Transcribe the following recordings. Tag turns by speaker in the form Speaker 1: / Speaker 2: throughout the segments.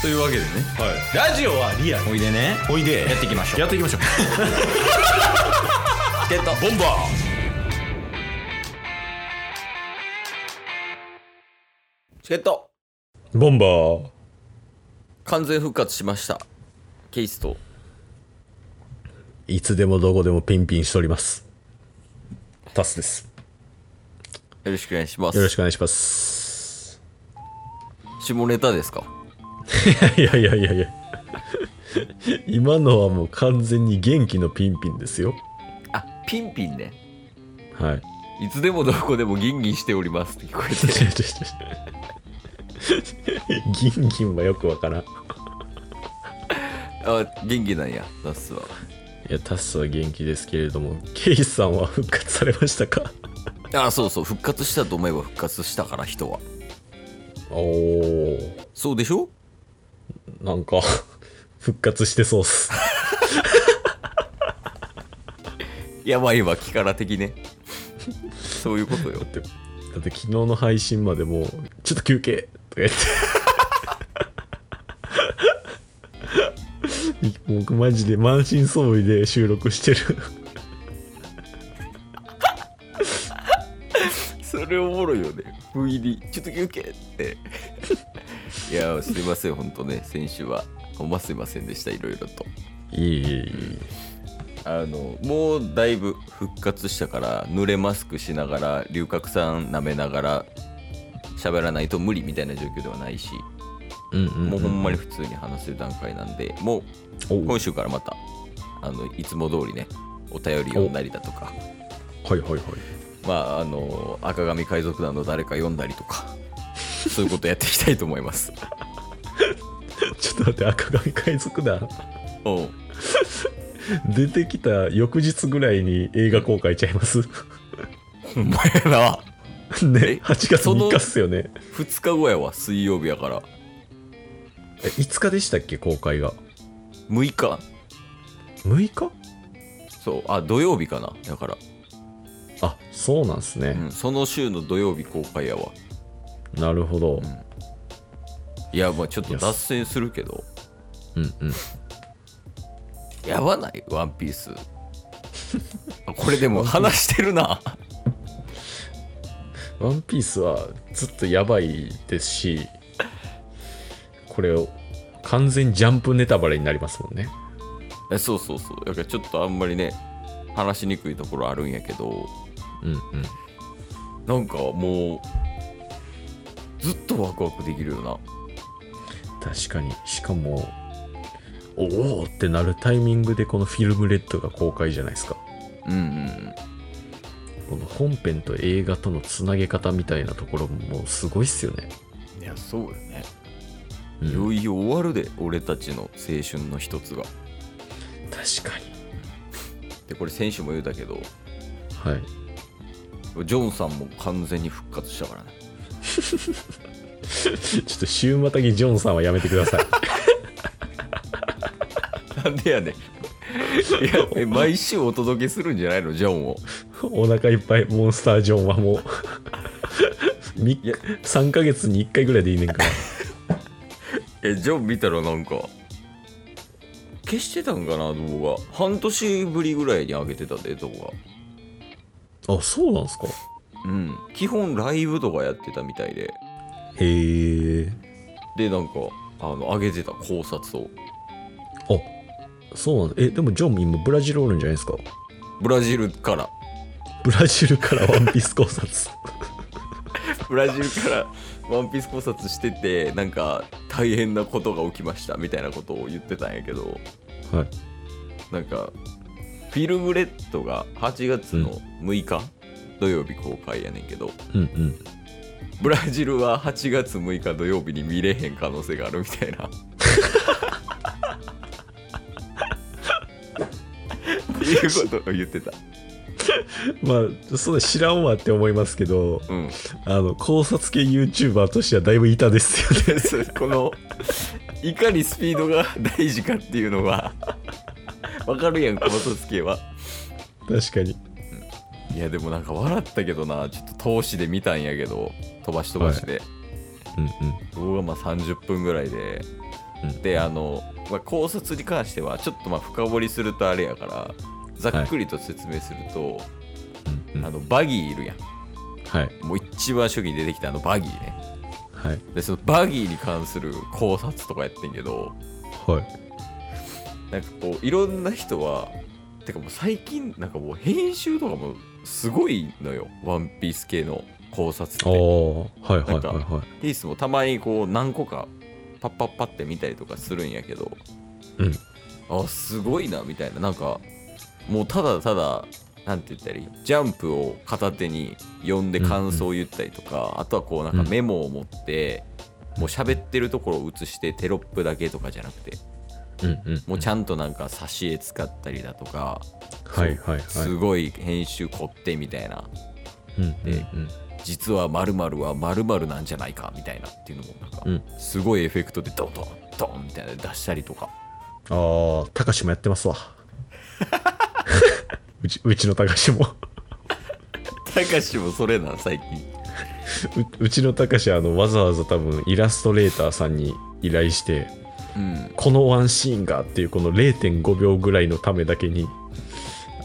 Speaker 1: というわけでね
Speaker 2: はい、ラジオはリアル
Speaker 1: おいでね
Speaker 2: おいで
Speaker 1: やっていきましょう
Speaker 2: やっていきましょう
Speaker 1: ってた
Speaker 2: ボンバ
Speaker 1: チケット
Speaker 2: ーボンバー
Speaker 1: 完全復活しましたケイスと
Speaker 3: いつでもどこでもピンピンしております。タスです。
Speaker 1: よろしくお願いします
Speaker 3: よろしくお願いします。
Speaker 1: 下ネタですか
Speaker 3: いやいやいやいや。今のはもう完全に元気のピンピンですよ。
Speaker 1: あピンピンね
Speaker 3: はい。
Speaker 1: いつでもどこでもギンギンしておりますって聞こえて
Speaker 3: ちょちょちょギンギンはよくわからん。い
Speaker 1: あ元気なんやナスは
Speaker 3: や、タスは元気ですけれども、ケイさんは復活されましたか
Speaker 1: あそうそう復活したと思えば復活したから人は
Speaker 3: おお、
Speaker 1: そうでしょ
Speaker 3: なんか、復活してそうっす。
Speaker 1: やばいわキカラ的ねそういうことよ
Speaker 3: だって、だって昨日の配信までもう、ちょっと休憩とか言って。 僕マジで満身創痍で収録してる
Speaker 1: それおもろいよね不意にちょっと休憩って いやすいません本当ね先週はほんますいませんでしたいろいろと
Speaker 3: いいいいいい
Speaker 1: あのもうだいぶ復活したから濡れマスクしながら龍角散舐めながら喋らないと無理みたいな状況ではないし
Speaker 3: うんうん、
Speaker 1: もうほんまに普通に話せる段階なんでも
Speaker 3: お
Speaker 1: う
Speaker 3: は
Speaker 1: 今週からまたあのいつも通りねお便り読んだりだとか
Speaker 3: いはいはい
Speaker 1: まああの赤髪海賊団の誰か読んだりとかそういうことやっていきたいと思います
Speaker 3: ちょっと待って赤髪海賊団
Speaker 1: おう
Speaker 3: 出てきた翌日ぐらいに映画公開ちゃいます ね
Speaker 1: ほんまやなえ
Speaker 3: 8月
Speaker 1: その
Speaker 3: 3日っすよね
Speaker 1: 2日後やわ水曜日やから
Speaker 3: え5日でしたっけ公開が
Speaker 1: 6日
Speaker 3: 6日
Speaker 1: そうあ土曜日かなだから
Speaker 3: あそうなんす
Speaker 1: う
Speaker 3: ね、
Speaker 1: ん、その週の土曜日公開やわ
Speaker 3: なるほど、
Speaker 1: いやまあちょっと脱線するけど
Speaker 3: うんうん
Speaker 1: やばないワンピース あこれでも話してるな
Speaker 3: ワンピースはずっとやばいですし、これを完全ジャンプネタバレになりますもんね。
Speaker 1: えそうそうそうだからちょっとあんまりね話しにくいところあるんやけど
Speaker 3: うんうん。
Speaker 1: なんかもうずっとワクワクできるよな
Speaker 3: 確かに。しかも、おおーってなるタイミングでこのフィルムレッドが公開じゃないですか。
Speaker 1: うんうん
Speaker 3: この本編と映画とのつなげ方みたいなところももうすごいっすよね。
Speaker 1: うんいやそうよね
Speaker 3: うん
Speaker 1: いよいよ終わるで俺たちの青春の一つが
Speaker 3: 確かに。
Speaker 1: でこれ選手も言うたけど
Speaker 3: はい。
Speaker 1: ジョンさんも完全に復活したからね
Speaker 3: ちょっと週またぎジョンさんはやめてください。
Speaker 1: なんでやねん。いやえ毎週お届けするんじゃないのジョンを
Speaker 3: お腹いっぱいモンスタージョンはもう み
Speaker 1: いや
Speaker 3: 3ヶ月に1回ぐらいでいいねんから
Speaker 1: えジョン見たらなんか消してたんかな動画半年ぶりぐらいに上げてたで動画
Speaker 3: あそうなんすか
Speaker 1: うん基本ライブとかやってたみたいで
Speaker 3: へえ
Speaker 1: でなんかあの上げてた考察を
Speaker 3: あそうなんえでもジョン今ブラジルおるんじゃないですか
Speaker 1: ブラジルから
Speaker 3: ブラジルからワンピース考察
Speaker 1: ブラジルからワンピース考察しててなんか大変なことが起きましたみたいなことを言ってたんやけど
Speaker 3: はい
Speaker 1: なんかフィルムレッドが8月の6日、土曜日公開やねんけど
Speaker 3: うんうん
Speaker 1: ブラジルは8月6日土曜日に見れへん可能性があるみたいなっていうことを言ってた
Speaker 3: まあそれ知らんわって思いますけど
Speaker 1: うん
Speaker 3: あの考察系 YouTuber としてはだいぶ痛ですよね
Speaker 1: そう このいかにスピードが大事かっていうのは わかるやん考察系は
Speaker 3: 確かに
Speaker 1: いやでもなんか笑ったけどなちょっと投資で見たんやけど飛ばし飛ばしで、
Speaker 3: うんうん
Speaker 1: 動画まあ30分ぐらいで
Speaker 3: うん
Speaker 1: であの、まあ、考察に関してはちょっとまあ深掘りするとあれやからざっくりと説明すると、
Speaker 3: うん
Speaker 1: あのバギーいるやん
Speaker 3: はい
Speaker 1: もう一番初期に出てきたあのバギーね
Speaker 3: はい
Speaker 1: でそのバギーに関する考察とかやってんけど
Speaker 3: はい
Speaker 1: なんかこういろんな人はてかもう最近なんかもう編集とかもすごいのよワンピース系の考察って
Speaker 3: ああはいはい
Speaker 1: なん
Speaker 3: はい
Speaker 1: か
Speaker 3: は
Speaker 1: ピースもたまにこう何個かパッパッパって見たりとかするんやけど
Speaker 3: いうん
Speaker 1: あすごいなみたいななんかもうただただなんて言ったらいいジャンプを片手に読んで感想を言ったりとか、あとはこうなんかメモを持って、もう喋ってるところを映してテロップだけとかじゃなくて
Speaker 3: うんうん
Speaker 1: もうちゃんとなんか挿絵使ったりだとか、
Speaker 3: はいはいはい
Speaker 1: すごい編集凝ってみたいな
Speaker 3: うんうん
Speaker 1: 実は〇〇は〇〇なんじゃないかみたいなっていうのもなんか、
Speaker 3: うんうん
Speaker 1: すごいエフェクトでドンドンドンみたいなの出したりとか
Speaker 3: ああたかしもやってますわうちうちのたかしも
Speaker 1: たかしもそれなん最近
Speaker 3: ううちのたかしあのわざわざ多分イラストレーターさんに依頼して
Speaker 1: うん
Speaker 3: このワンシーンがっていうこの0.5秒ぐらいのためだけに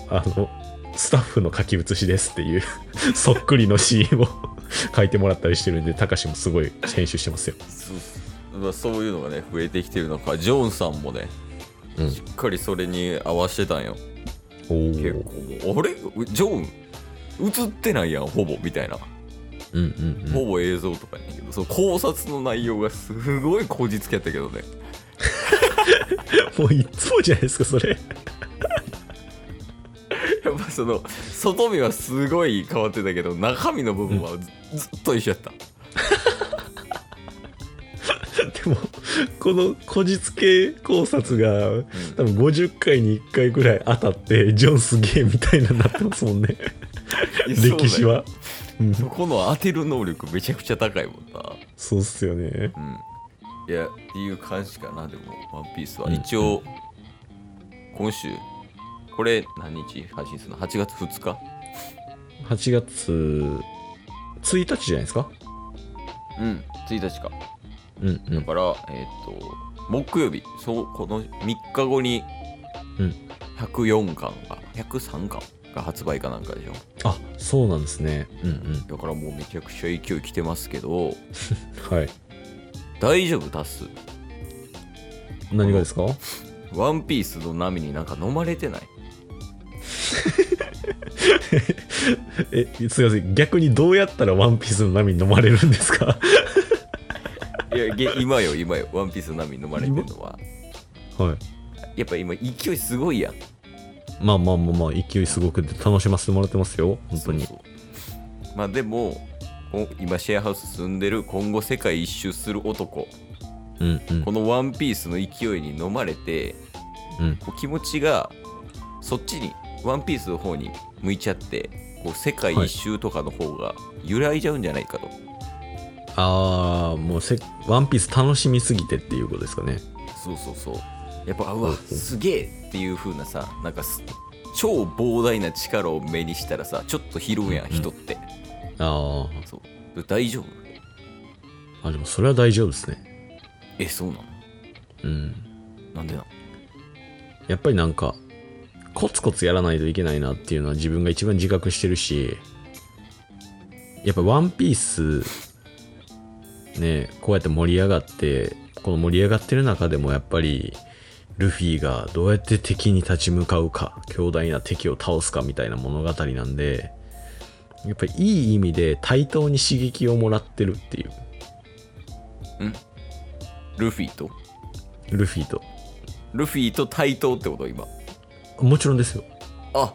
Speaker 3: あのスタッフの書き写しですっていう そっくりのシーンを 書いてもらったりしてるんでたかしもすごい編集してますよ、
Speaker 1: そう,、まあ、そういうのがね増えてきてるのかジョンさんもね
Speaker 3: うん
Speaker 1: しっかりそれに合わせてたんよ
Speaker 3: お
Speaker 1: 結
Speaker 3: ー
Speaker 1: 構もうあれジョン映ってないやんほぼみたいな
Speaker 3: うんうんうん
Speaker 1: ほぼ映像とかやねんけど、その考察の内容がすごいこじつけやったけどね
Speaker 3: もういっつもじゃないですかそれ
Speaker 1: やっぱその外見はすごい変わってたけど中身の部分はず,、っと一緒やった
Speaker 3: でもこのこじつけ考察が多分50回に1回ぐらい当たってジョンすげえみたいなになってますもんね
Speaker 1: いやそうだよ
Speaker 3: 歴史はうん
Speaker 1: そこの当てる能力めちゃくちゃ高いもんな
Speaker 3: そうっすよね
Speaker 1: うんいやっていう感じかなでも「ワンピースは、
Speaker 3: うん
Speaker 1: 一応今週これ何日配信するの8月2日
Speaker 3: 8月1日じゃないですか
Speaker 1: うん1日か
Speaker 3: うんう
Speaker 1: だ
Speaker 3: ん
Speaker 1: からえっ、と木曜日そうこの3日後に
Speaker 3: うん
Speaker 1: 104巻が103巻が発売かなんかでしょ
Speaker 3: あそうなんですねうんうん
Speaker 1: だからもうめちゃくちゃ勢い来てますけど
Speaker 3: はい
Speaker 1: 大丈夫タス
Speaker 3: 何がですか
Speaker 1: ワンピースの波になんか飲まれてない
Speaker 3: えすいません逆にどうやったらワンピースの波に飲まれるんですか
Speaker 1: いや げ今よ今よワンピースの波に飲まれてるのは
Speaker 3: はい
Speaker 1: やっぱ今勢いすごいやん
Speaker 3: まあまあまあまあ勢いすごくて楽しませてもらってますよ本当に
Speaker 1: そうそうまあでもこ今シェアハウス住んでる今後世界一周する男
Speaker 3: うんうん
Speaker 1: このワンピースの勢いに飲まれて
Speaker 3: うん
Speaker 1: こう気持ちがそっちにワンピースの方に向いちゃってこう世界一周とかの方が揺らいじゃうんじゃないかと、
Speaker 3: ああもうせワンピース楽しみすぎてっていうことですかね
Speaker 1: そうそうそうやっぱうわ
Speaker 3: そうそう
Speaker 1: すげえっていう風なさなんかす超膨大な力を目にしたらさちょっと拾うやん
Speaker 3: うんうん
Speaker 1: 人って、
Speaker 3: あ
Speaker 1: そう大丈夫
Speaker 3: ーあでもそれは大丈夫ですね
Speaker 1: えそうなの
Speaker 3: うん
Speaker 1: なんでなの
Speaker 3: やっぱりなんかコツコツやらないといけないなっていうのは自分が一番自覚してるしやっぱ「ワンピースねこうやって盛り上がってこの盛り上がってる中でもやっぱりルフィがどうやって敵に立ち向かうか強大な敵を倒すかみたいな物語なんでやっぱりいい意味で対等に刺激をもらってるっていう
Speaker 1: ルフィと
Speaker 3: ルフィと
Speaker 1: ルフィと対等ってこと今
Speaker 3: もちろんですよ
Speaker 1: あ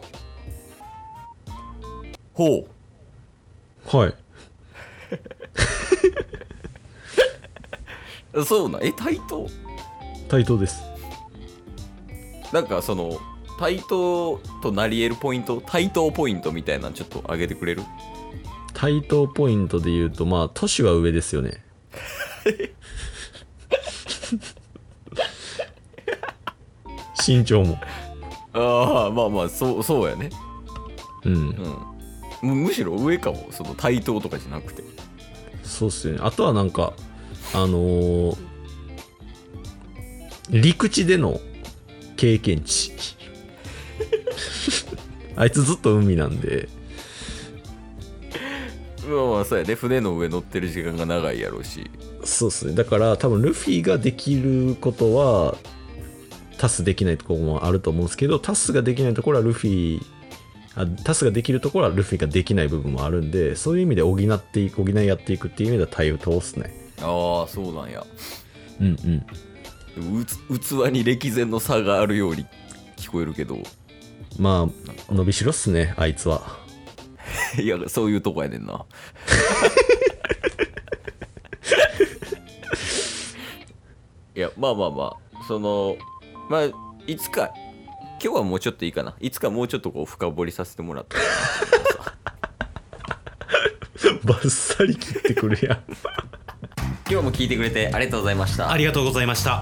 Speaker 1: ほう
Speaker 3: はい
Speaker 1: そうなんえ対等
Speaker 3: 対等です
Speaker 1: なんかその対等となり得るポイント対等ポイントみたいなのちょっと上げてくれる
Speaker 3: 対等ポイントで言うとまあ年は上ですよね 身長も
Speaker 1: ああまあまあそうそうやね
Speaker 3: うん、
Speaker 1: うんむむしろ上かもその対等とかじゃなくて
Speaker 3: そうっすよねあとはなんかあのー陸地での経験値 あいつずっと海なんで
Speaker 1: まあまあそうやね船の上乗ってる時間が長いやろうし
Speaker 3: そうですねだから多分ルフィができることはタスできないところもあると思うんですけどタスができないところはルフィあタスができるところはルフィができない部分もあるんでそういう意味で補っていく補い合っていくっていう意味では対応通すね
Speaker 1: ああそうなんや
Speaker 3: うんうん
Speaker 1: でもうつ器に歴然の差があるように聞こえるけど
Speaker 3: まあ伸びしろっすねあいつ はい
Speaker 1: やそういうとこやねんな いやまあまあまあそのまあいつか今日はもうちょっといいかないつかもうちょっとこう深掘りさせてもらって
Speaker 3: バッサリ切ってくるやん
Speaker 1: 今日も聞いてくれてありがとうございました
Speaker 2: ありがとうございました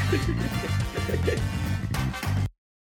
Speaker 2: す